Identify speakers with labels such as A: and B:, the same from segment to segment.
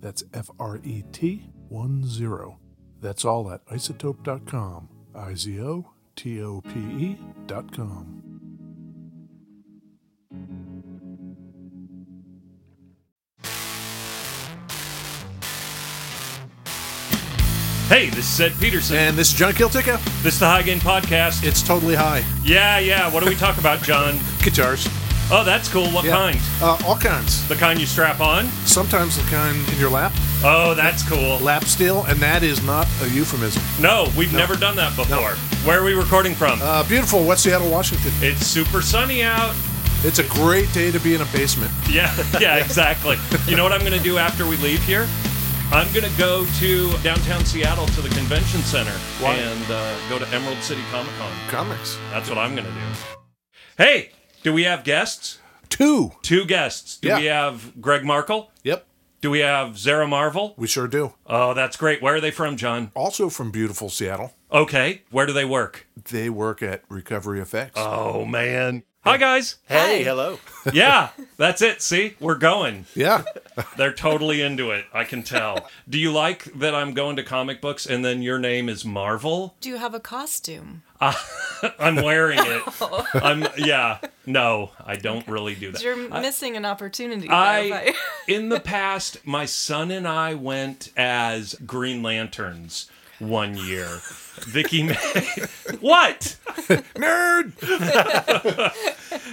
A: That's F R E T 1 0. That's all at isotope.com. I Z O T O P E E.com.
B: Hey, this is Ed Peterson.
C: And this is John Kiltica.
B: This is the High Gain Podcast.
C: It's totally high.
B: Yeah, yeah. What do we talk about, John?
C: Guitars.
B: Oh, that's cool. What
C: Yeah.
B: kind?
C: Uh, all kinds.
B: The kind you strap on?
C: Sometimes the kind in your lap,
B: Oh, that's cool.
C: lap steel, and that is not a euphemism.
B: No, we've never done that before. Where are we recording from?
C: Uh, beautiful West Seattle, Washington.
B: it's super sunny out.
C: It's a great day to be in a basement.
B: Yeah, yeah, exactly. You know what I'm going to do after we leave here? I'm going to go to downtown Seattle to the convention center
C: Why?
B: and uh, go to Emerald City Comic Con.
C: Comics.
B: That's what I'm going to do. Hey, do we have guests?
C: Two.
B: Two guests. Do
C: Yeah.
B: we have Greg Markle?
C: Yep.
B: Do we have Zara Marvel?
C: We sure do.
B: Oh, that's great. Where are they from, John?
C: Also from beautiful Seattle,
B: Okay. Where do they work?
C: they work at Recovery FX.
B: Oh, man. Hi, guys.
D: Hey, hello.
B: Yeah, that's it. See, we're going.
C: yeah.
B: They're totally into it. I can tell. Do you like that I'm going to comic books and then your name is Marvel?
E: Do you have a costume?
B: I'm wearing it. I'm, yeah. No, I don't really do that.
E: You're missing an opportunity. there
B: I
E: by-
B: in the past, my son and I went as Green Lanterns one year. Vicky May. what?
C: Nerd.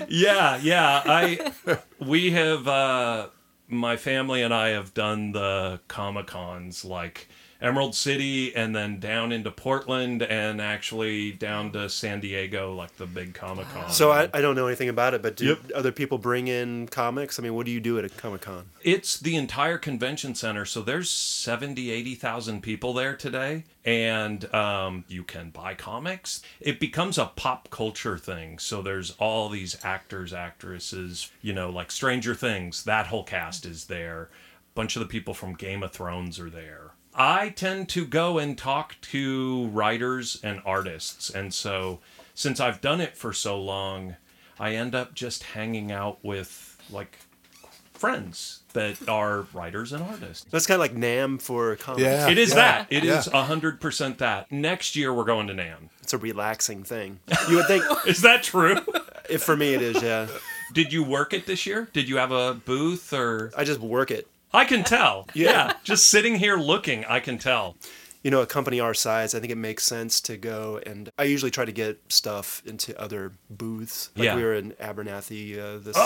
B: Yeah, yeah. I we have uh my family and I have done the Comic Cons like Emerald City and then down into Portland and actually down to San Diego, like the big Comic Con.
D: So I, I don't know anything about it, but do
B: Yep.
D: other people bring in comics? I mean, what do you do at a Comic Con?
B: it's the entire convention center so there's 70 80,000 people there today and um, you can buy comics it becomes a pop culture thing so there's all these actors actresses you know like stranger things that whole cast is there bunch of the people from game of thrones are there i tend to go and talk to writers and artists and so since i've done it for so long i end up just hanging out with like friends that are writers and artists.
D: That's kind of like NAM for comics.
C: Yeah.
B: It is that. It
C: yeah.
B: is a hundred percent that. Next year we're going to Nam.
D: It's a relaxing thing. You would think,
B: Is that true?
D: if for me it is, yeah.
B: Did you work it this year? Did you have a booth or?
D: I just work it.
B: I can tell. Yeah. Just sitting here looking, I can tell.
D: You know, a company our size, I think it makes sense to go and I usually try to get stuff into other booths. Like
B: Yeah. Oh!
D: we were in Abernathy uh, this,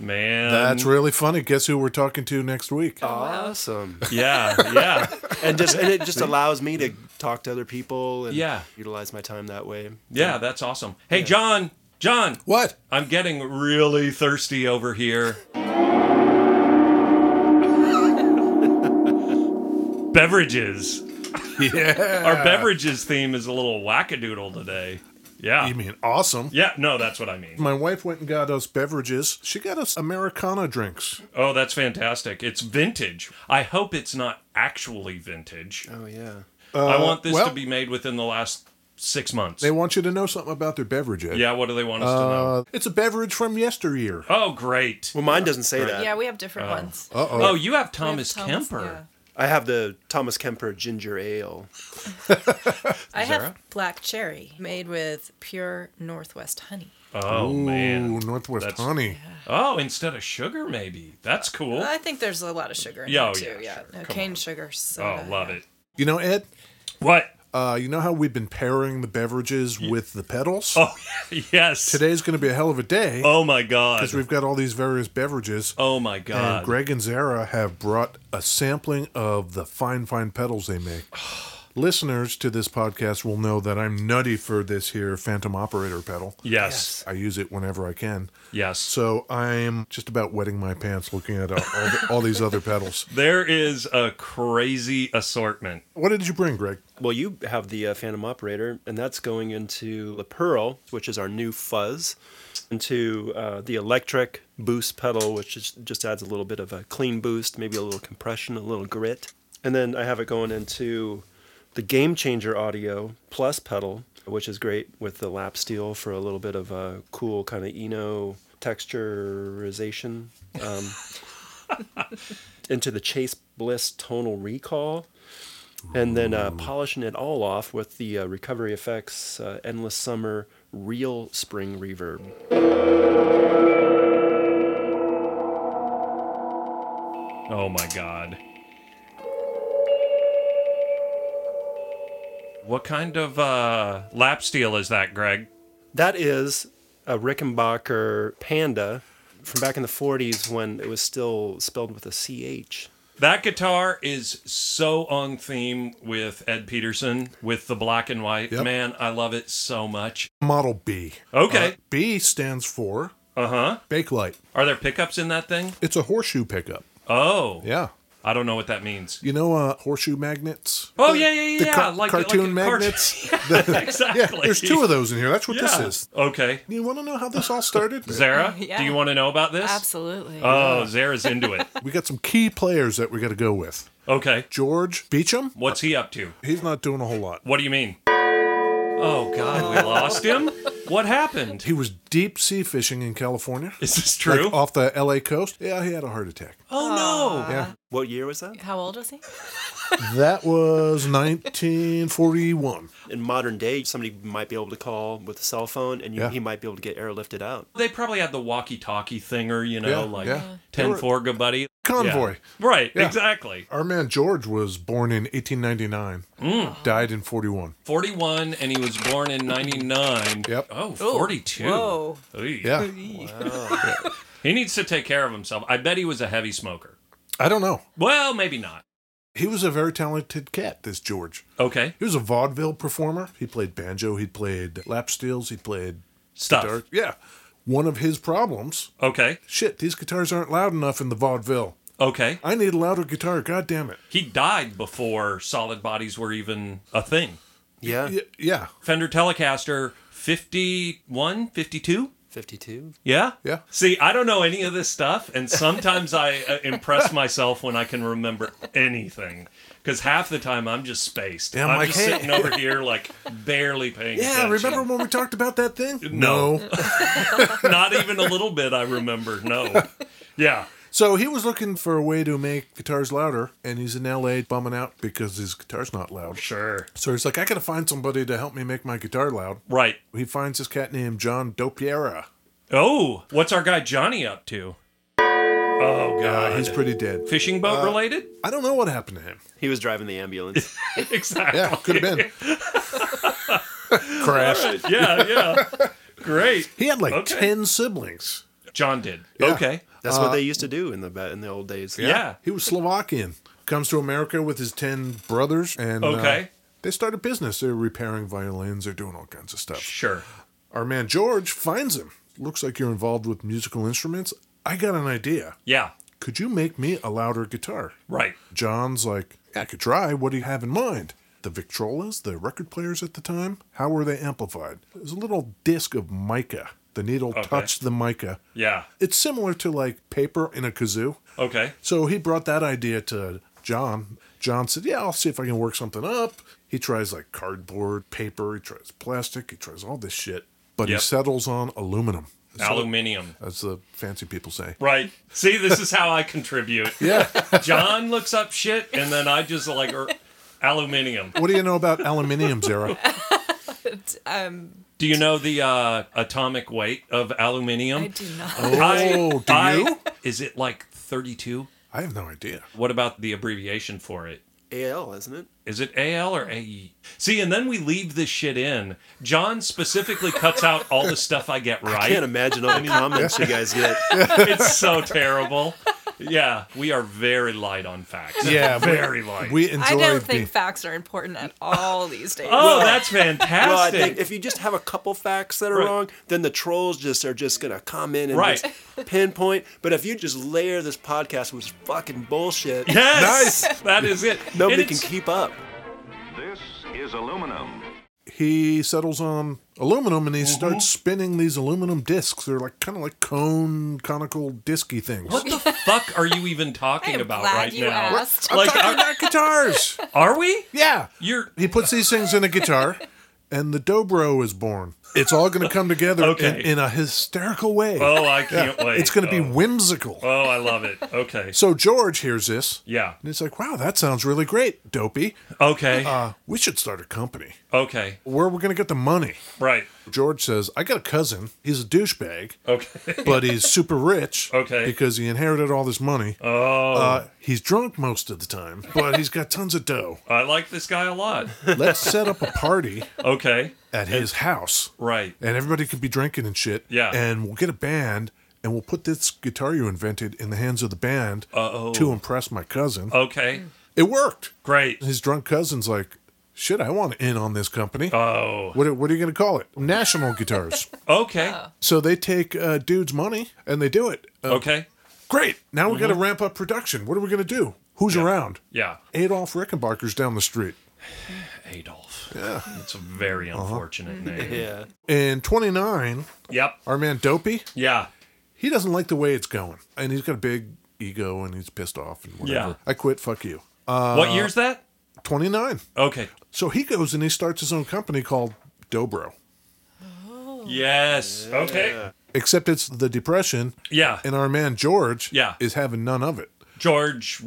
B: Man.
C: That's really funny. Guess who we're talking to next week?
D: this year. Awesome.
B: Yeah. Yeah.
D: and just and it just allows me to talk to other people and
B: Yeah.
D: utilize my time that way.
B: Yeah. That's awesome. Hey, John. John.
C: what?
B: I'm getting really thirsty over here. Beverages.
C: Yeah.
B: Our beverages theme is a little wackadoodle today. Yeah.
A: You mean awesome?
B: Yeah, no, that's what I mean.
A: My wife went and got us beverages. She got us Americana drinks.
B: Oh, that's fantastic. It's vintage. I hope it's not actually vintage.
D: Oh yeah.
B: I want this
A: Uh, well-
B: to be made within the last six months.
A: They want you to know something about their beverage. Ed.
B: yeah, what do they want us
A: Uh, it's a beverage from yesteryear.
B: to know? Oh, great.
D: Well, mine doesn't say that.
E: Yeah, we have different ones. We have
B: Oh, you have
E: Thomas
B: Thomas, Kemper.
D: I have the Thomas Kemper ginger ale.
E: yeah. I have black cherry made with pure Northwest honey.
B: Oh,
A: Ooh,
B: man.
A: Northwest
B: That's-
A: Honey.
B: Oh, instead of sugar, maybe. That's cool.
E: I think there's a lot of sugar in
B: Yeah,
E: it
B: oh,
E: too.
B: yeah,
E: yeah,
B: sure.
E: no,
B: Come
E: cane
B: on.
E: sugar.
B: Oh,
E: Soda,
B: love
E: yeah.
B: it.
A: You know, Ed,
B: What?
A: uh, you know how we've been pairing the beverages with the pedals?
B: Oh, yes.
A: Today's going to be a hell of a day
B: Oh, my God.
A: because we've got all these various beverages.
B: Oh, my God.
A: And Greg and Zara have brought a sampling of the fine, fine pedals they make. Listeners to this podcast will know that I'm nutty for this here Phantom Operator pedal.
B: yes.
A: I use it whenever I can.
B: Yes.
A: So I'm just about wetting my pants looking at all, all, the, all these other pedals.
B: there is a crazy assortment.
A: What did you bring, Greg?
D: Well, you have the uh, Phantom Operator, and that's going into the Pearl, which is our new fuzz, into uh, the electric boost pedal, which is, just adds a little bit of a clean boost, maybe a little compression, a little grit. And then I have it going into the Game Changer Audio Plus pedal, which is great with the lap steel for a little bit of a cool kind of Eno texturization. Um, into the Chase Bliss tonal recall and then uh, polishing it all off with the uh, Recovery Effects uh, Endless Summer Real Spring Reverb.
B: Oh, my God. What kind of uh, lap steel is that, Greg?
D: That is a Rickenbacker Panda from back in the 40s when it was still spelled with a CH.
B: That guitar is so on theme with Ed Peterson with the black and white.
A: Yep.
B: Man, I love it so much.
A: Model B.
B: Okay.
A: Uh, B stands for
B: Uh huh.
A: Bakelite.
B: Are there pickups in that thing?
A: It's a horseshoe pickup.
B: Oh,
A: Yeah.
B: I don't know what that means.
A: You know uh, horseshoe magnets?
B: Oh yeah, yeah, yeah.
A: The
B: yeah.
A: car-
B: like
A: cartoon
B: like a cart-
A: magnets?
B: exactly.
A: Yeah, there's two of those in here. That's what this
B: Yeah.
A: is.
B: Okay,
A: You want to know how this all started?
B: Zara,
E: Yeah.
B: do you want to know about this?
E: Absolutely.
B: Oh, Zara's into it.
A: We got some key players that we got to go with.
B: Okay,
A: George Beecham.
B: what's he up to?
A: He's not doing a whole lot.
B: What do you mean? Oh God, we lost him. What happened?
A: He was deep sea fishing in California,
B: Is this true?
A: like off the L.A. coast. Yeah, he had a heart attack.
B: oh no.
A: Yeah,
D: What year was that?
E: How old was he?
A: that was 1941.
D: In modern day, somebody might be able to call with a cell phone and you,
A: Yeah.
D: he might be able to get airlifted out.
B: They probably had the walkie-talkie thinger, you know,
A: Yeah,
B: like
A: yeah.
B: ten forga buddy. Yeah.
A: Convoy.
B: Right,
A: Yeah.
B: exactly.
A: Our man George was born in 1899,
B: Mm.
A: died in 41.
B: 41 and he was born in 99.
A: Yep.
B: Oh, 42.
E: Whoa.
B: Oy.
A: Yeah,
B: He needs to take care of himself. I bet he was a heavy smoker.
A: I don't know.
B: Well, maybe not.
A: He was a very talented cat. This George.
B: Okay.
A: He was a vaudeville performer. He played banjo. He played lap steels. He played
B: Stuff.
A: guitar. Yeah. One of his problems.
B: Okay.
A: Shit, these guitars aren't loud enough in the vaudeville.
B: Okay.
A: I need a louder guitar. God damn it.
B: He died before solid bodies were even a thing.
D: Yeah.
A: Y- yeah,
B: Fender Telecaster 51, 52?
D: 52.
B: Yeah?
A: Yeah.
B: See, I don't know any of this stuff, and sometimes I uh, impress myself when I can remember anything. Because half the time I'm just spaced.
A: Yeah, I'm
B: I'm,
A: like,
B: just
A: hey.
B: sitting over here, like, barely paying
A: yeah.
B: attention.
A: Remember when we talked about that thing?
B: No. Not even a little bit, I remember. No. Yeah.
A: So he was looking for a way to make guitars louder, and he's in LA bumming out because his guitar's not loud.
B: Sure.
A: So he's like, I gotta find somebody to help me make my guitar loud.
B: Right.
A: He finds this cat named John Dopiera.
B: Oh, what's our guy Johnny up to? Oh, God.
A: Uh, he's pretty dead.
B: Fishing boat related?
A: I don't know what happened to him.
D: He was driving the ambulance.
B: Exactly.
A: Yeah, could have been. Crashed.
B: Yeah, yeah. Great.
A: He had like
B: Okay.
A: 10 siblings.
B: John did.
A: Yeah.
B: Okay.
D: That's what they used to do in the ba- in the old days.
B: Yeah.
A: He was Slovakian. Comes to America with his 10 brothers and. uh,
B: Okay.
A: they start a business. They're repairing violins. They're doing all kinds of stuff.
B: Sure.
A: Our man George finds him. Looks like you're involved with musical instruments. I got an idea.
B: Yeah.
A: Could you make me a louder guitar?
B: Right.
A: John's like, I could try. What do you have in mind? the Victrolas, the record players at the time, how were they amplified? It was a little disc of mica. The needle touched the mica.
B: Yeah.
A: It's similar to like paper in a kazoo.
B: Okay.
A: So he brought that idea to John. John said, Yeah, I'll see if I can work something up. He tries like cardboard, paper, he tries plastic, he tries all this shit. But
B: Yep.
A: he settles on aluminum. That's what-
B: Aluminium.
A: That's the fancy people say.
B: Right. See, this is how I contribute.
A: Yeah.
B: John looks up shit, and then I just like er, aluminium.
A: what do you know about aluminium, Zara?
B: Do you know the uh, atomic weight of aluminium?
E: I do not.
A: Oh, do
B: I-
A: you?
B: Is it like 32?
A: I have no idea.
B: What about the abbreviation for it?
D: AL, isn't it?
B: Is it AL or AE? See, and then we leave this shit in. John specifically cuts out all the stuff I get
D: I
B: right.
D: can't imagine all the comments you guys get.
B: it's so terrible. Yeah, we are very light on facts.
A: Yeah, we-
B: very light.
A: We enjoy
E: I don't
A: being-
E: think facts are important at all these days.
B: oh, that's
D: Well, I
B: fantastic.
D: think if you just have a couple facts that are
B: Right.
D: wrong, then the trolls just are just gonna come in and
B: Right.
D: just pinpoint. But if you just layer this podcast with fucking bullshit,
B: yes, that is it.
D: nobody
B: And
D: can
B: it's-
D: keep up.
F: This is aluminum.
A: he settles on aluminum and he
B: Mm-hmm.
A: starts spinning these aluminum discs. They're like kind of like cone, conical, disky things.
B: What the fuck are you even talking
E: I'm
B: about
E: glad
B: right
E: you
B: now?
E: asked.
A: I'm
B: Like, uh,
A: talking
B: are,
A: about guitars.
B: are we?
A: Yeah.
B: You're
A: He puts these things in a guitar and the dobro is born. It's all going to come together
B: Okay.
A: in, in a hysterical way.
B: Oh, I can't wait.
A: It's going to be
B: Oh.
A: whimsical.
B: Oh, I love it. Okay.
A: So George hears this
B: Yeah.
A: and he's like, wow, that sounds really great, dopey.
B: Okay.
A: Uh, we should start a company.
B: okay.
A: Where are we going to get the money?
B: Right.
A: George says, I got a cousin. He's a douchebag.
B: Okay.
A: but he's super rich.
B: Okay.
A: Because he inherited all this money. Oh. Uh, he's drunk most of the time, but he's got tons of dough.
B: I like this guy a lot.
A: Let's set up a party
B: Okay.
A: at his house,
B: Right.
A: and everybody can be drinking and shit.
B: Yeah.
A: And we'll get a band, and we'll put this guitar you invented in the hands of the band to impress my cousin.
B: Okay.
A: It worked.
B: Great.
A: His drunk cousin's like, shit, I want in on this company.
B: Oh.
A: what, are- what are you going to call it? National Guitars.
B: Okay.
A: so they take uh, dude's money and they do it. Uh,
B: Okay.
A: Great. Now we got to ramp up production. What are we going to do? Who's around?
B: Mm-hmm. Yeah.
A: Adolf Rickenbacker's down the street.
B: Adolf. Yeah. It's a very unfortunate name.
D: Yeah,
A: And 29,
B: Yep.
A: our man Dopey,
B: Yeah.
A: he doesn't like the way it's going. And he's got a big ego and he's pissed off and whatever.
B: Yeah.
A: I quit, fuck you.
B: what year's that?
A: 29.
B: Okay.
A: So he goes and he starts his own company called Dobro.
B: Yes. Okay.
A: Except it's the Depression,
B: Yeah.
A: and our man George
B: Yeah.
A: is having none of it.
B: George.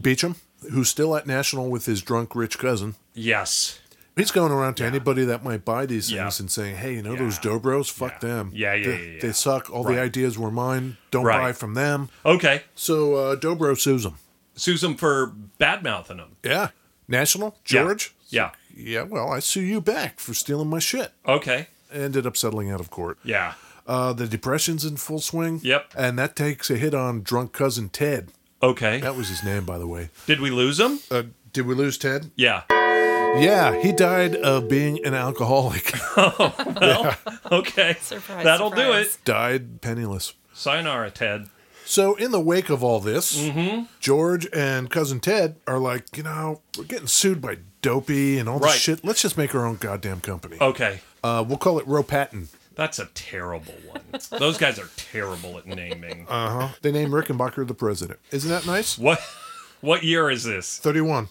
A: Beecham, who's still at National with his drunk rich cousin,
B: Yes.
A: He's going around to anybody that might buy these things
B: Yeah.
A: and saying, "Hey, you know those Dobros? Fuck them.
B: Yeah, yeah,
A: they,
B: yeah, yeah.
A: they suck. All the ideas were mine. Don't
B: Right.
A: buy from them."
B: Okay.
A: So uh, Dobro sues him.
B: Sues him for bad mouthing him.
A: Yeah, National George.
B: Yeah.
A: Yeah, well, I sue you back for stealing my shit.
B: yeah. Okay.
A: Ended up settling out of court.
B: Yeah.
A: Uh, the depression's in full swing.
B: Yep.
A: And that takes a hit on drunk cousin Ted.
B: Okay.
A: That was his name, by the way.
B: Did we lose him?
A: Uh, did we lose Ted?
B: Yeah.
A: Yeah, he died of being an alcoholic.
B: Okay.
E: Surprise,
B: That'll do
E: surprise.
B: it.
A: died penniless.
B: Sayonara, Ted.
A: So, in the wake of all this,
B: Mm-hmm.
A: George and cousin Ted are like, you know, we're getting sued by Dopey and all this
B: Right. Oh.
A: shit. Let's just make our own goddamn company.
B: Okay.
A: Uh, we'll call it Ropatin.
B: That's a terrible one. Those guys are terrible at naming.
A: They name Rickenbacker the president. Isn't that nice?
B: what what year is this?
A: 31.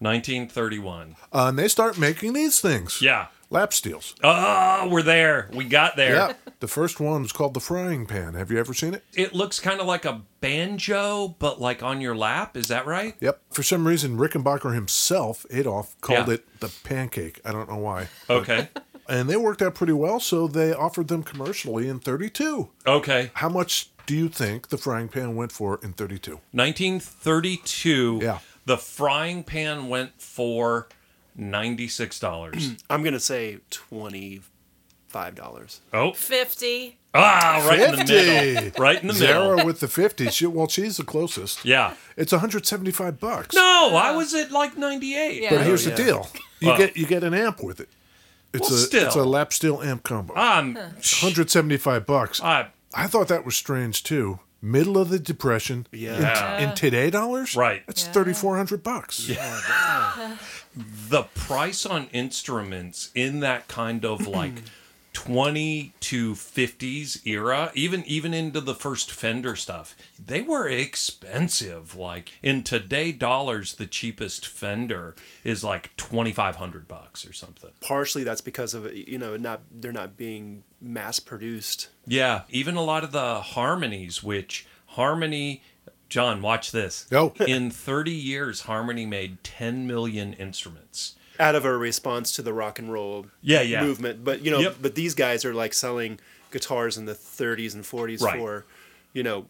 B: 1931.
A: Uh, and they start making these things.
B: Yeah.
A: Lap steels.
B: Oh, we're there. We got there.
A: yeah. The first one was called the frying pan. Have you ever seen it?
B: It looks kind of like a banjo, but like on your lap. Is that right?
A: Yep. For some reason, Rickenbacker himself, Adolf, called
B: Yeah.
A: it the pancake. I don't know why.
B: Okay.
A: And they worked out pretty well, so they offered them commercially in 32.
B: Okay.
A: How much do you think the frying pan went for in 32?
B: 1932.
A: Yeah.
B: The frying pan went for $96.
D: I'm gonna say twenty-five dollars.
B: oh.
E: 50.
B: Ah, right in the middle.
A: 50.
B: Right in the middle.
A: Zara with the 50. She, well, she's the closest.
B: Yeah.
A: It's 175 bucks.
B: No, I was at like 98.
E: Yeah.
A: But here's the
D: yeah.
A: deal. You
B: Wow.
A: get you get an amp with it. It's
B: Well,
A: a
B: still. Uh,
A: it's a lap steel amp combo.
B: I'm,
A: 175 bucks.
B: I,
A: I thought that was strange too. middle of the depression. In,
B: Yeah.
A: in today dollars,
B: Right.
A: That's
E: Yeah.
A: thirty four hundred bucks. Yeah.
B: the price on instruments in that kind of like 20 to 50s era even even into the first fender stuff they were expensive like in today dollars the cheapest fender is like 2500 bucks or something
D: Partially, that's because of you know not they're not being mass produced.
B: yeah even a lot of the harmonies which harmony john watch this
A: Oh.
B: in 30 years harmony made 10 million instruments
D: out of a response to the rock and roll
B: Yeah, yeah.
D: movement. But you know,
B: Yep.
D: but these guys are like selling guitars in the 30s and 40s
B: Right.
D: for, you know,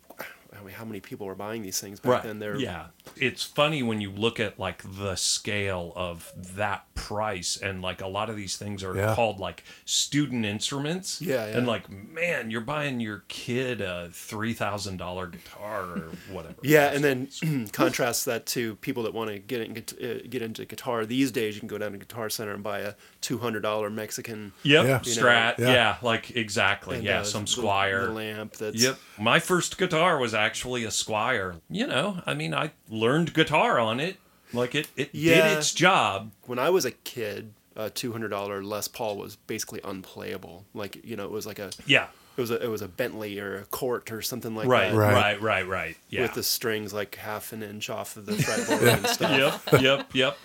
D: I mean, how many people were buying these things back
B: right
D: then? They're
B: yeah it's funny when you look at like the scale of that price and like a lot of these things are
A: Yeah.
B: called like student instruments
D: Yeah, yeah.
B: and like man you're buying your kid a $3000 guitar or whatever
D: Yeah, and then contrast that to people that want to get in, get, uh, get into guitar these days. You can go down to Guitar Center and buy a two hundred dollar Mexican
B: yep
A: Yeah.
B: strat
A: You know,
B: yeah.
A: yeah.
B: like exactly
D: and,
B: yeah
D: uh,
B: some
D: little-
B: squire
D: little amp. That's
B: Yep. My first guitar was actually a Squire. You know, I mean, I learned guitar on it. Like it, it
D: Yeah.
B: did its job.
D: when I was a kid, a two hundred dollar Les Paul was basically unplayable. Like you know, it was like a
B: Yeah.
D: it was a, it was a Bentley or a Court or something like
B: Right.
D: that.
B: Right.
A: Right.
B: Right. Right. Yeah.
D: With the strings like half an inch off of the fretboard and stuff.
B: yep, yep, yep.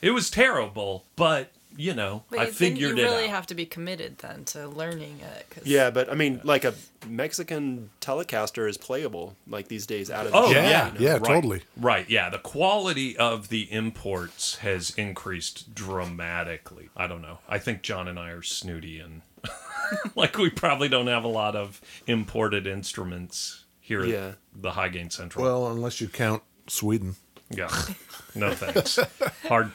B: It was terrible, but you know,
E: But
B: I
E: you-
B: figured
E: then you
B: it
E: really
B: out.
E: have to be committed then to learning it. 'cause-
D: Yeah, but I mean, like a Mexican Telecaster is playable like these days out of
B: Oh,
D: the
B: yeah.
D: shop,
A: Yeah,
D: you know?
A: yeah,
B: Right,
A: totally.
B: Right, yeah. The quality of the imports has increased dramatically. I don't know. I think John and I are snooty and like we probably don't have a lot of imported instruments here
D: Yeah.
B: at the High Gain Central.
A: Well, unless you count Sweden.
B: yeah. No thanks. Hard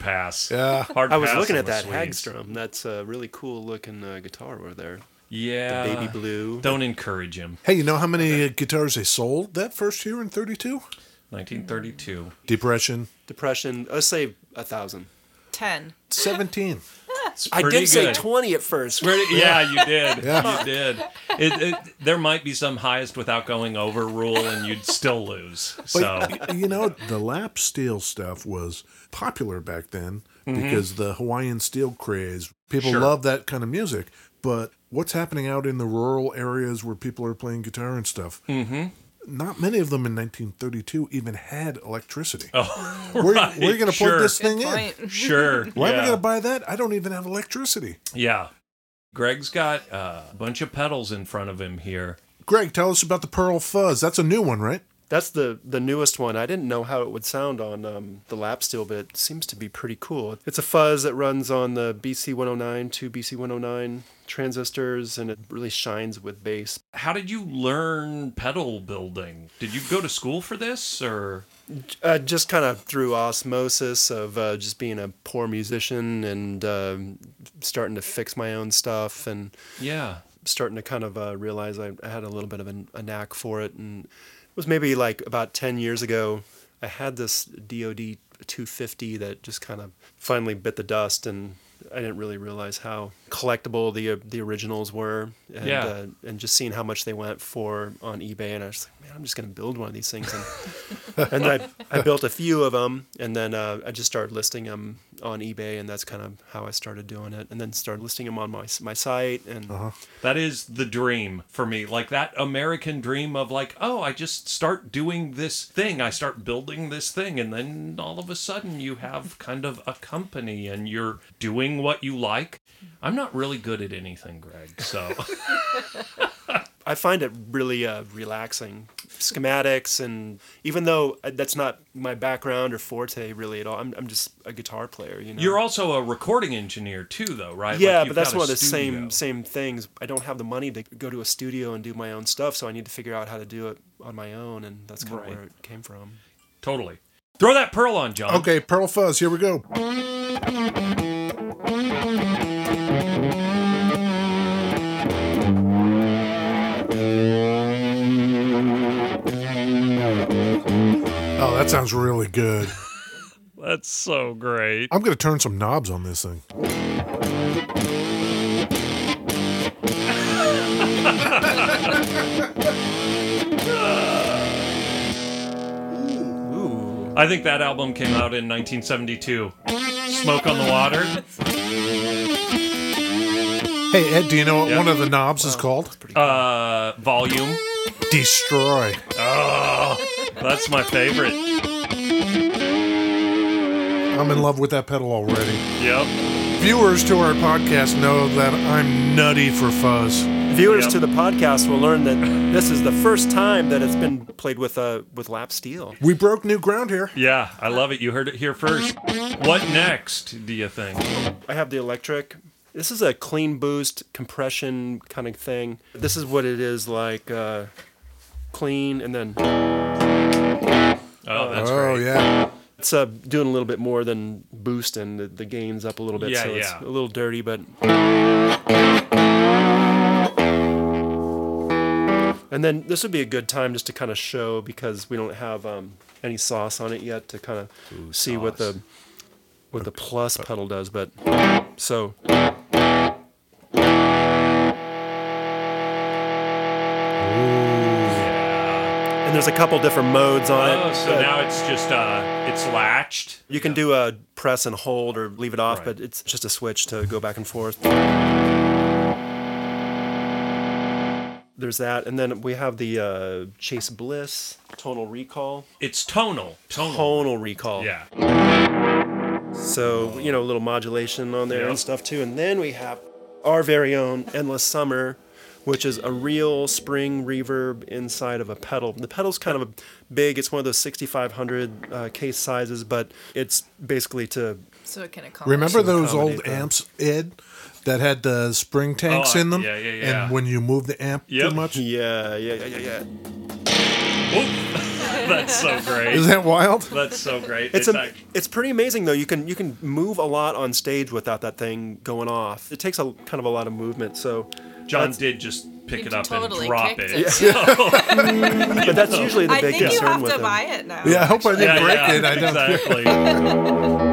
B: pass.
A: Yeah.
B: Hard
D: I was
B: pass
D: looking
B: on
D: at
B: the
D: that
B: Swedes.
D: Hagstrom. That's a really cool looking uh, guitar over there.
B: Yeah.
D: Baby blue.
B: Don't encourage him.
A: Hey, you know how many uh, guitars they sold that first year in thirty two?
B: 1932.
A: Depression
D: Depression. Let's say a thousand.
E: Ten.
A: seventeen.
B: It's
D: I
B: pretty
D: did say
B: good.
D: twenty at first.
B: Where did- yeah, you did. You did. It, it, there might be some highest without going over rule, and you'd still lose. So
A: But you know, the lap steel stuff was popular back then because the Hawaiian steel craze, people
B: Mm-hmm. Sure.
A: love that kind of music. But what's happening out in the rural areas where people are playing guitar and stuff? Mm-hmm. Not many of them in 1932 even had electricity. Oh, we're, we're going to
B: sure.
A: plug this thing
E: Good
A: in.
E: point.
B: sure.
A: Why
B: yeah.
A: am I going to buy that? I don't even have electricity.
B: Yeah. Greg's got uh, a bunch of pedals in front of him here.
A: Greg, tell us about the Pearl Fuzz. That's a new one, right?
D: That's the the newest one. I didn't know how it would sound on um, the lap steel, but it seems to be pretty cool. It's a fuzz that runs on the BC109, two BC109 transistors, and it really shines with bass.
B: How did you learn pedal building? Did you go to school for this, or
D: Uh, just kind of through osmosis of uh, just being a poor musician and um starting to fix my own stuff and
B: yeah?
D: starting to kind of uh, realize I, I had a little bit of a, a knack for it, and it was maybe like about ten years ago. I had this DoD 250 that just kind of finally bit the dust, and I didn't really realize how collectible the uh, the originals were, and
B: Yeah.
D: uh, and just seeing how much they went for on eBay, and I was like, man, I'm just gonna build one of these things, and, and I I built a few of them, and then uh, I just started listing them on eBay, and that's kind of how I started doing it, and then started listing them on my my site, and.
B: That is the dream for me. Like that American dream of like, oh, I just start doing this thing. I start building this thing and then all of a sudden you have kind of a company and you're doing what you like. I'm not really good at anything, Greg. So,
D: I find it really uh, relaxing. Schematics, and even though uh, that's not my background or forte really at all, I'm, I'm just a guitar player, you know.
B: you're also a recording engineer too though, right?
D: yeah,
B: Like, you've
D: but that's
B: got a
D: one of the
B: studio.
D: same same things. I don't have the money to go to a studio and do my own stuff, so I need to figure out how to do it on my own, and that's kind
B: Right.
D: of where it came from.
B: Totally. Throw that pearl on, John.
A: Okay, Pearl Fuzz, here we go. Oh, that sounds really good.
B: That's so great.
A: I'm going to turn some knobs on this thing.
B: I think that album came out in 1972. Smoke on the Water.
A: Hey, Ed, do you know what
B: Yeah.
A: one of the knobs is called?
B: Uh, volume.
A: Destroy.
B: That's my favorite.
A: I'm in love with that pedal already.
B: Yep.
A: Viewers to our podcast know that I'm nutty for fuzz.
D: Viewers
B: Yep.
D: to the podcast will learn that this is the first time that it's been played with uh, with lap steel.
A: We broke new ground here.
B: Yeah, I love it. You heard it here first. What next, do you think?
D: I have the electric. This is a clean boost compression kind of thing. This is what it is like uh, clean and then
B: Oh, that's
A: oh,
B: great.
A: yeah.
D: it's uh, doing a little bit more than boost and the, the gain's up a little bit
B: Yeah,
D: so it's
B: yeah.
D: a little dirty but and then this would be a good time just to kind of show because we don't have um, any sauce on it yet to kind of see what
B: sauce.
D: the what the plus pedal does but so and there's a couple different modes on it
B: Oh, so
D: but
B: now it's just, uh, it's latched.
D: you can do a press and hold or leave it off
B: Right.
D: but it's just a switch to go back and forth there's that and then we have the uh, chase bliss tonal recall
B: It's tonal. Tonal.
D: tonal recall
B: Yeah.
D: so you know a little modulation on there
B: Yeah.
D: and stuff too and then we have our very own endless summer which is a real spring reverb inside of a pedal the pedal's kind of a big it's one of those 6500 uh, case sizes but it's basically to
E: So it can
B: Oh,
E: accomplish.
A: Remember those old
D: accommodate that.
A: amps, Ed, that had the spring tanks
B: Oh,
A: in them?
B: yeah, yeah, yeah.
A: And when you move the amp
B: Yep.
A: too much?
D: yeah yeah yeah yeah, yeah.
B: That's so
A: Is
B: great.
A: that wild?
B: That's so great.
D: It's
B: It's,
D: a,
B: like-
D: it's pretty amazing though. You can you can move a lot on stage without that thing going off. It takes a kind of a lot of movement. So,
B: John
D: that's-
B: did just pick
E: You
B: it up
E: totally
B: and drop
E: kicked
B: it.
E: it.
D: but that's usually the
E: I
D: big
E: think you
D: concern
E: have
D: with
E: to
D: them.
E: buy it now.
A: Yeah, I hope I didn't
B: Yeah,
A: break
B: yeah,
A: it. I don't.
B: exactly.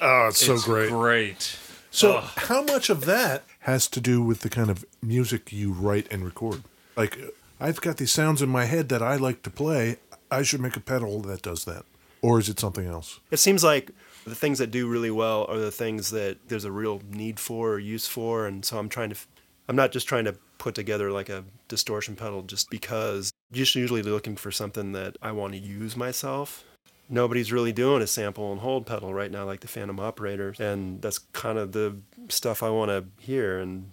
A: Oh, it's so
B: It's
A: great.
B: Great.
A: So, how much of that has to do with the kind of music you write and record? Like, I've got these sounds in my head that I like to play. I should make a pedal that does that. Or is it something else?
D: It seems like the things that do really well are the things that there's a real need for or use for, and so I'm trying to f- I'm not just trying to put together like a distortion pedal just because. Just usually looking for something that I want to use myself. Nobody's really doing a sample and hold pedal right now, like the Phantom Operator, and that's kind of the stuff I want to hear. And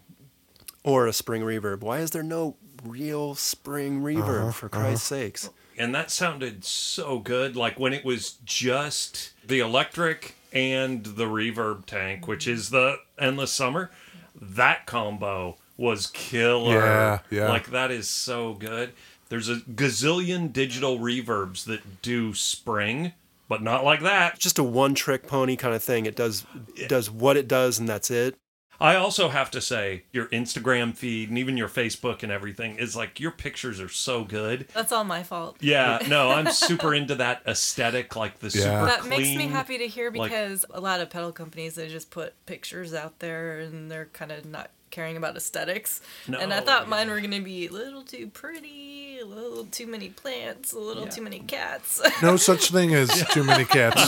D: or a spring reverb. Why is there no real spring reverb? for Christ's sakes.
B: and that sounded so good like when it was just the electric and the reverb tank which is the endless summer that combo was killer
A: Yeah, yeah.
B: like that is so good there's a gazillion digital reverbs that do spring but not like that
D: Just a one-trick pony kind of thing. It does does what it does, and that's it.
B: I also have to say, your Instagram feed and even your Facebook and everything is like your pictures are so good.
E: That's all my fault.
B: Yeah, no, I'm super into that aesthetic, like the super
E: That makes me
B: clean-
E: happy to hear
B: like-
E: because a lot of pedal companies they just put pictures out there and they're kind of not caring about aesthetics. and I
B: No,
E: thought
B: yeah.
E: mine were going to be a little too pretty, a little too many plants, a little too many cats.
A: No such thing as too many cats.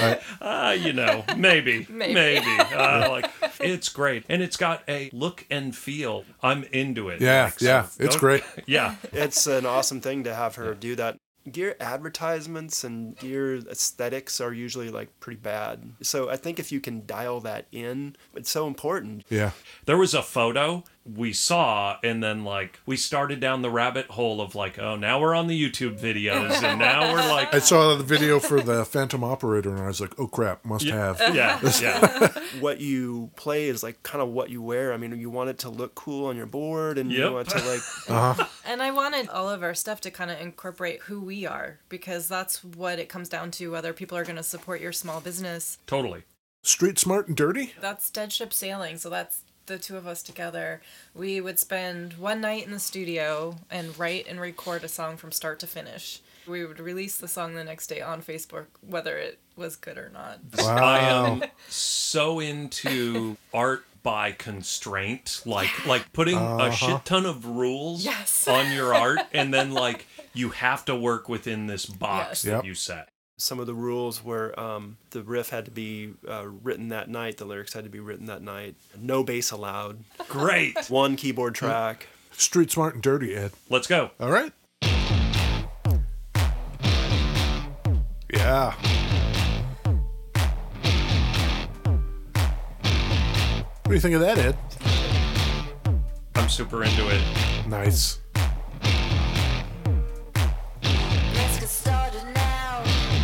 B: Uh, you know, maybe,
E: Maybe.
B: maybe. Uh, like, it's great, and it's got a look and feel. I'm into it.
A: Yeah,
B: Like, so
A: yeah, it's
B: don't-
A: great.
B: Yeah,
D: it's an awesome thing to have her do that. Gear advertisements and gear aesthetics are usually like pretty bad. So I think if you can dial that in, it's so important.
A: Yeah.
B: there was a photo we saw, and then like we started down the rabbit hole of like, oh, now we're on the YouTube videos, and now we're like,
A: I saw the video for the Phantom Operator and I was like, oh crap, must have.
B: yeah, yeah,
D: What you play is like kind of what you wear. I mean, you want it to look cool on your board and you
B: Yep.
D: want it to like
E: And I wanted all of our stuff to kind of incorporate who we are because that's what it comes down to whether people are going to support your small business.
B: totally.
A: Street smart and dirty?
E: That's Dead Ship Sailing, so that's the two of us together. We would spend one night in the studio and write and record a song from start to finish. We would release the song the next day on Facebook, whether it was good or not.
A: Oh.
B: I am so into art by constraint, like like putting
A: Uh-huh.
B: a shit ton of rules
E: Yes.
B: on your art, and then like you have to work within this box
E: Yes.
B: that
A: Yep.
B: you set.
D: some of the rules were um, the riff had to be uh, written that night, the lyrics had to be written that night, no bass allowed,
B: Great.
D: one keyboard
B: Hmm.
D: track.
A: Street smart and dirty, Ed.
B: Let's go.
A: All right. Yeah. What do you think of that, Ed?
B: I'm super into it.
A: Nice.
G: Let's get started now.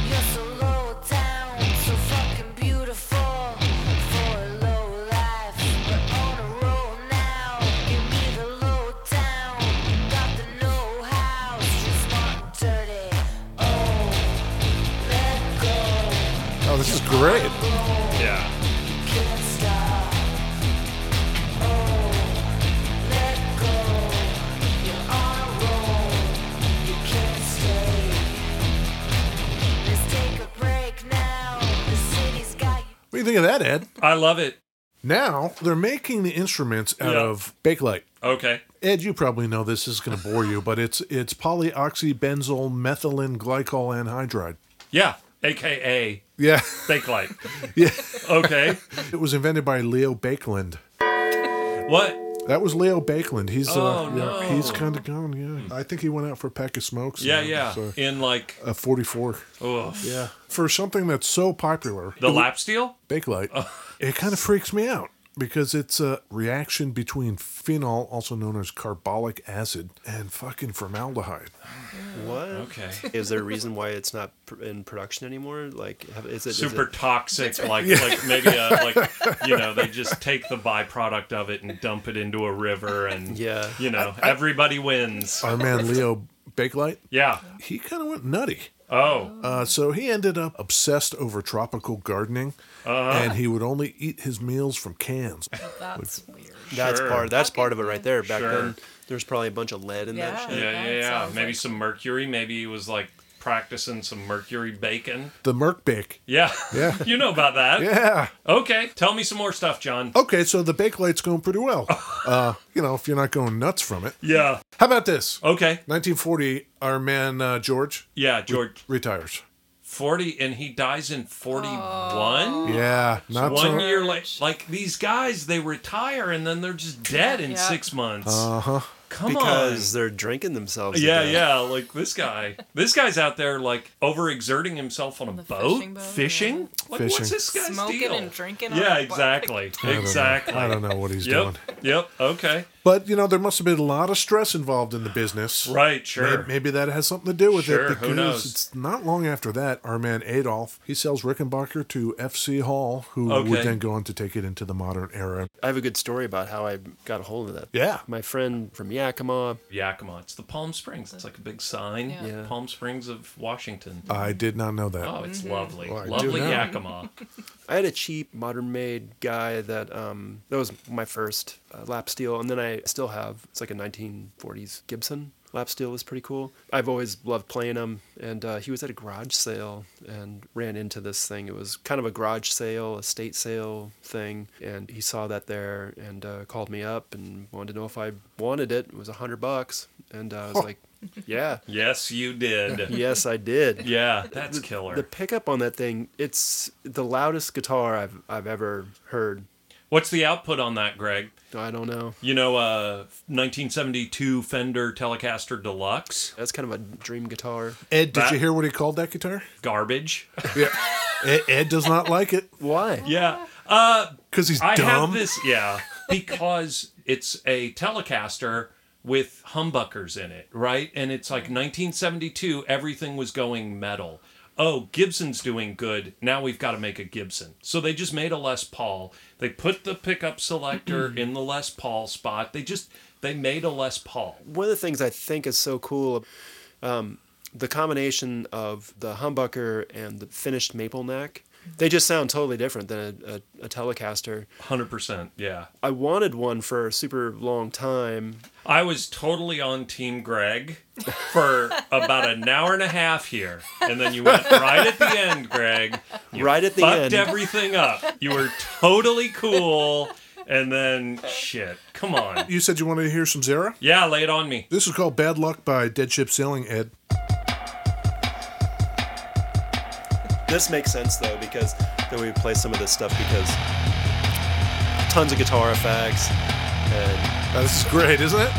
G: You're so low down, so fucking beautiful for a low life. We're on a roll now. Give me the low down. Got the know how, just not dirty. Oh, let go.
A: Oh, this is great.
B: Yeah.
G: Can't stop. Oh, let go. You're on a roll. You can't stay. Let's take a break now. The city's got you.
A: What do you think of that, Ed?
B: I love it.
A: Now they're making the instruments out
B: Yeah.
A: of bakelite.
B: Okay.
A: Ed, you probably know this is going to bore you, but it's it's polyoxybenzyl methylene glycol anhydride.
B: Yeah. AKA
A: Yeah,
B: Bakelite.
A: yeah.
B: Okay.
A: It was invented by Leo Bakeland.
B: What?
A: That was Leo Bakeland. He's uh,
B: Oh,
A: yeah,
B: no.
A: he's kind of gone. Yeah, I think he went out for a pack of smokes.
B: Yeah,
A: and,
B: yeah.
A: uh,
B: In like
A: a forty-four.
B: oh,
A: Yeah, for something that's so popular,
B: the uh, lap steel?
A: Bakelite, it kind of freaks me out because it's a reaction between phenol, also known as carbolic acid, and fucking formaldehyde.
D: What?
B: Okay.
D: Is there a reason why it's not pr- in production anymore? Like, have, is it is
B: Super
D: it-
B: toxic, like like maybe a, like you know they just take the byproduct of it and dump it into a river, and
D: Yeah.
B: you know everybody wins.
A: Our man Leo Bakelite,
B: Yeah.
A: he kind of went nutty.
B: Oh,
A: Uh, so he ended up obsessed over tropical gardening,
B: Uh-huh.
A: and he would only eat his meals from cans.
E: That's weird.
D: that's
B: Sure.
D: part. That's part of it right there. Back
B: Sure.
D: then, there's probably a bunch of lead in that
E: Yeah.
B: yeah,
D: shit.
B: yeah,
E: That
B: yeah.
E: sounds
B: Maybe
E: like-
B: some mercury. Maybe he was like practicing some mercury bacon.
A: The Merc Bake.
B: Yeah.
A: Yeah.
B: you know about that.
A: Yeah.
B: Okay. Tell me some more stuff, John.
A: Okay, so the Bakelite's going pretty well. Uh, you know, if you're not going nuts from it.
B: Yeah.
A: How about this?
B: Okay.
A: 1940, our man uh, George
B: Yeah, George.
A: retires.
B: 40 and he dies in 41
E: Oh.
A: Yeah, not
B: one
A: so.
B: year late. Like these guys, they retire and then they're just dead in
E: Yeah.
B: six months.
A: Uh huh.
B: Come
D: because
B: on.
D: they're drinking themselves. to
B: Yeah,
D: death.
B: yeah. Like this guy, this guy's out there like overexerting himself on a
E: the
B: boat,
E: fishing
B: fishing.
E: boat,
B: Like
A: Fishing.
B: what's this guy's
E: Smoking
B: deal?
E: and drinking on
B: Yeah,
E: a boat.
B: exactly, exactly.
A: I don't know what he's doing.
B: Yep, yep. Okay,
A: But you know, there must have been a lot of stress involved in the business.
B: right,
A: May-
B: sure.
A: Maybe, that has something to do with
B: Sure,
A: it
B: who
A: because
B: knows?
A: it's not long after that our man Adolf he sells Rickenbacker to FC Hall, who would
B: Okay.
A: then go on to take it into the modern era.
D: I have a good story about how I got a hold of that.
A: Yeah.
D: My friend from Yakima,
B: Yakima, it's the Palm Springs. It's like a big sign.
E: Yeah.
D: Yeah.
B: Palm Springs of Washington.
A: I did not know that.
B: Oh, it's lovely,
A: Well, Uh, I do
B: lovely
A: now.
B: Yakima.
D: I had a cheap modern made guy that um, that was my first uh, lap steel, and then I still have it's like a 1940s Gibson. Lap steel was pretty cool. I've always loved playing him, and uh, he was at a garage sale and ran into this thing. It was kind of a garage sale, estate sale thing, and he saw that there and uh, called me up and wanted to know if I wanted it. It was a hundred bucks, and uh, I was like, "Yeah,
B: yes, you did.
D: yes, I did."
B: Yeah, that's killer.
D: The pickup on that thing, it's the loudest guitar I've I've ever heard.
B: What's the output on that, Greg?
D: I don't know.
B: You know, uh, 1972 Fender Telecaster Deluxe,
D: That's kind of a dream guitar.
A: Ed, did
B: That-
A: you hear what he called that guitar?
B: garbage.
A: Yeah. Ed, Ed does not like it
D: Why?
B: Yeah,
A: because he's
B: I
A: dumb.
B: have this. Yeah, because it's a Telecaster with humbuckers in it, right? And it's like 1972. Everything was going metal. Oh, Gibson's doing good. Now we've got to make a Gibson. So they just made a Les Paul. They put the pickup selector in the Les Paul spot. They just they made a Les Paul.
D: One of the things I think is so cool, um, the combination of the humbucker and the finished maple neck. They just sound totally different than a, a, a Telecaster.
B: 100%. Yeah.
D: I wanted one for a super long time.
B: I was totally on Team Greg for about an hour and a half here, and then you went right at the end, Greg. You
D: Right at the
B: fucked
D: end.
B: everything up. You were totally cool, and then shit. Come on.
A: You said you wanted to hear some Zara.
B: Yeah, lay it on me.
A: This is called Bad Luck by Dead Ship Sailing. Ed,
D: This makes sense though because then we play some of this stuff because tons of guitar effects and
A: Uh, this is great, isn't it?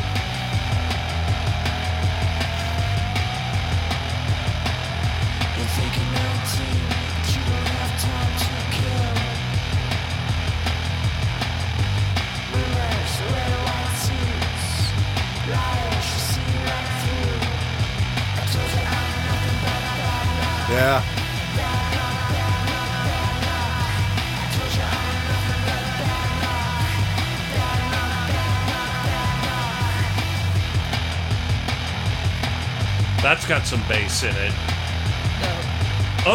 A: Yeah,
B: That's got some bass in it.
E: No.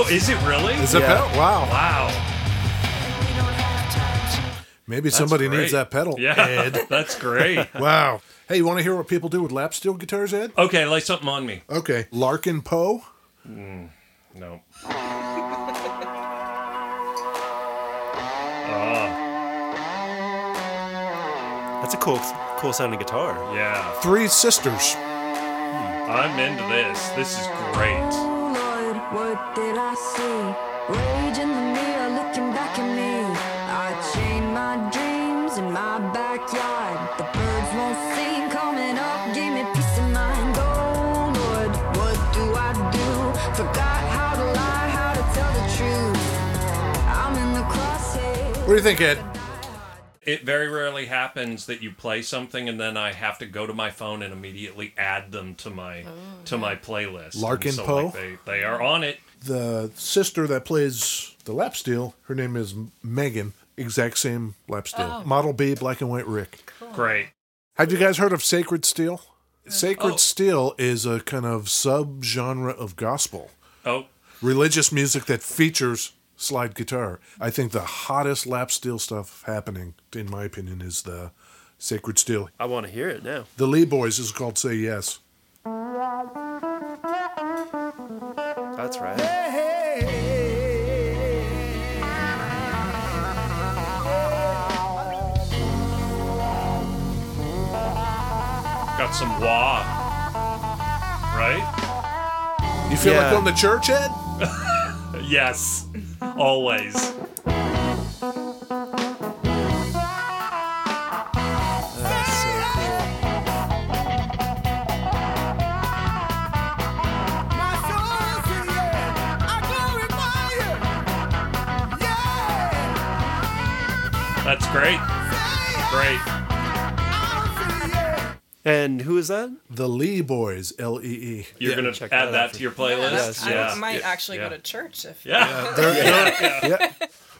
B: Oh, is it really?
A: it's a
D: Yeah.
A: pedal. Wow.
B: wow.
A: Maybe
B: That's
A: somebody
B: great.
A: needs that pedal.
B: Yeah,
A: Ed.
B: that's great.
A: Wow. Hey, you want to hear what people do with lap steel guitars, Ed?
B: Okay, lay something on me.
A: Okay. Larkin Poe.
B: No.
D: that's a cool cool sounding guitar.
B: Yeah,
A: Three Sisters.
B: I'm into this. This is great.
G: Oh Lord, what did I see? Rage in the mirror looking back at me. I chained my dreams in my backyard. The birds won't sing coming up, give me peace of mind. Oh Lord, what do I do? Forgot how to lie, how to tell the truth. I'm in the crosshairs.
A: What do you think, Ed?
B: It very rarely happens that you play something and then I have to go to my phone and immediately add them to my to my playlist. And
A: Larkin
B: so,
A: Poe?
B: like, they, they are on it.
A: The sister that plays the lap steel, her name is Megan. Exact same lap steel. Model B, black and white Rick.
B: Great.
A: Have you guys heard of Sacred Steel? Sacred Steel is a kind of sub-genre of gospel.
B: Oh,
A: religious music that features slide guitar. I think the hottest lap steel stuff happening, in my opinion, is the Sacred Steel.
D: I want to hear it now.
A: The Lee Boys is called Say Yes.
D: That's right.
B: got some wah. Right?
A: You feel
D: Yeah.
A: like on the church, Ed?
B: Yes, always.
D: That's so cool.
H: My soul's in the air. I glorify you. Yeah.
B: That's great. Great.
D: And who is that?
A: The Lee Boys, L E E.
B: You're
D: Yeah,
B: gonna
D: check that
B: add
D: out
B: that
D: for-
B: to your
D: Yes,
B: playlist.
E: I
B: Yeah.
E: might actually
B: yeah.
E: go to church if
B: Yeah.
A: Yeah.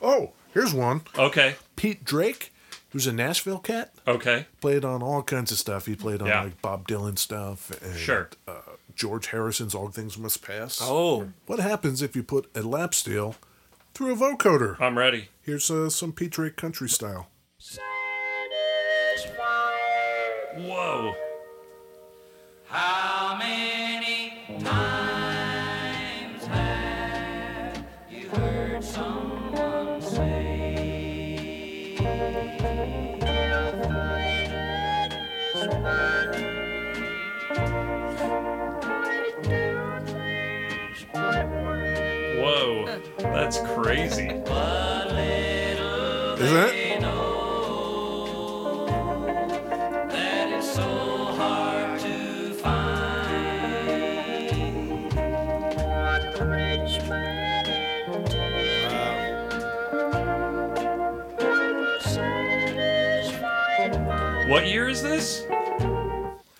A: Oh, here's one.
B: Okay.
A: Pete Drake, who's a Nashville cat,
B: Okay.
A: played on all kinds of stuff. He played on
B: Yeah.
A: like Bob Dylan stuff and
B: Sure.
A: uh, George Harrison's All Things Must Pass.
D: Oh,
A: What happens if you put a lap steel through a vocoder?
B: I'm ready.
A: Here's uh, some Pete Drake country style.
B: Whoa. Whoa. That's crazy.
A: Isn't it?
B: What year is this?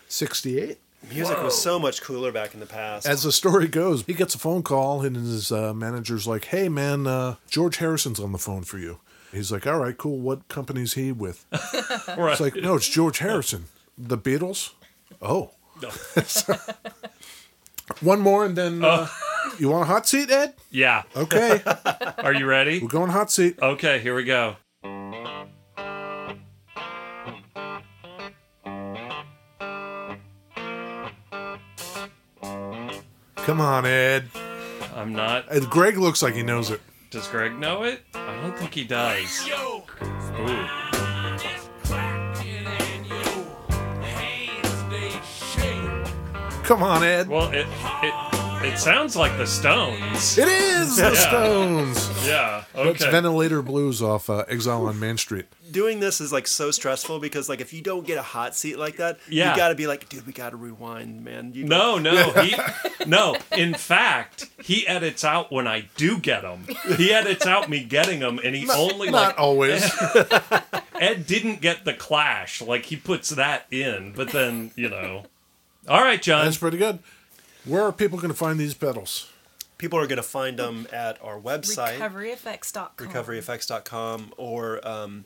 A: 68.
D: music was so much cooler back in the past.
A: As the story goes, he gets a phone call, and his uh, manager's like, "Hey, man, uh, George Harrison's on the phone for you." He's like, "All right, cool. What company's he with?"
B: Right.
A: It's like, "No, it's George Harrison, the Beatles." Oh, one more, and then uh,
B: Oh.
A: you want a hot seat, Ed?
B: Yeah.
A: Okay,
B: Are you ready?
A: we're going hot seat.
B: Okay, here we go.
A: Come on, Ed.
B: I'm not.
A: And Greg looks like he knows it.
B: Does Greg know it? I don't think he does. Ooh.
A: Come on, Ed.
B: Well, it it it sounds like the Stones.
A: It is the Stones.
B: Yeah.
A: It's
B: Okay.
A: Ventilator Blues off uh, Exile on Main Street.
D: Doing this is like so stressful because like if you don't get a hot seat like that,
B: Yeah.
D: you got to be like, dude, we got to rewind, man. You,
B: No, no, he no. In fact, he edits out when I do get them. He edits out me getting them, and he only like
A: Not always.
B: Ed didn't get the clash. Like he puts that in, but then you know. All right, John.
A: That's pretty good. Where are people going to find these pedals?
D: people are gonna find them at our website.
E: recoveryfx.com.
D: recoveryfx.com or um,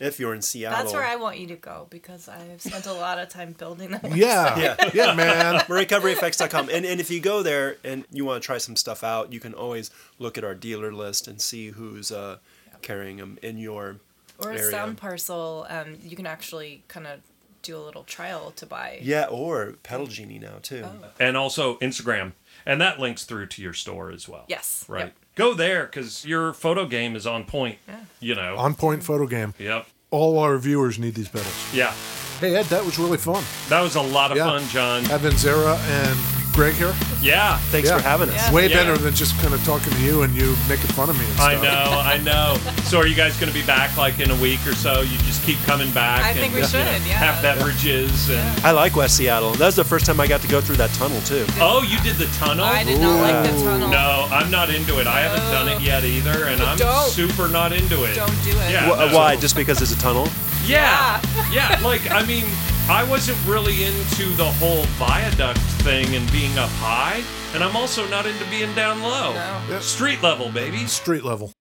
D: if you're in Seattle.
E: That's where I want you to go because I've spent a lot of time building that.
A: Yeah.
D: Yeah.
A: Yeah, man.
D: We're recoveryfx.com. And, and if you go there and you want to try some stuff out, you can always look at our dealer list and see who's uh, carrying them in your
E: Or a
D: area.
E: sound parcel, um, you can actually kind of do a little trial to buy.
D: Yeah, or Pedal Genie now, too.
B: and also Instagram. And that links through to your store as well.
E: Yes.
B: Right.
E: Yep.
B: Go there because your photo game is on point. You know.
A: On point photo game.
B: yep.
A: All our viewers need these pedals.
B: Yeah.
A: Hey, Ed, that was really fun.
B: That was a lot of
A: Yeah.
B: fun, John.
A: Having Zara and Greg here.
B: Yeah.
D: Thanks
A: Yeah.
D: for having us.
E: Yeah.
A: Way
B: Yeah.
A: better than just kind of talking to you and you making fun of me and stuff.
B: I know, I know. So are you guys going to be back like in a week or so? You just keep coming back.
E: I think we
B: you
E: should, yeah.
B: Have beverages and
D: I like West Seattle. That was the first time I got to go through that tunnel, too.
B: oh, you did the tunnel.
E: I did not like the tunnel.
B: No, I'm not into it. I haven't done it yet either, and I'm
E: Don't.
B: super not into it.
E: Don't do it.
B: Yeah.
D: Wh-
B: no.
D: Why? Just because it's a tunnel?
B: Yeah. Yeah. Like, I mean, I wasn't really into the whole viaduct thing and being up high, and I'm also not into being down low.
E: No.
A: Yep.
B: Street level, baby.
A: Street level.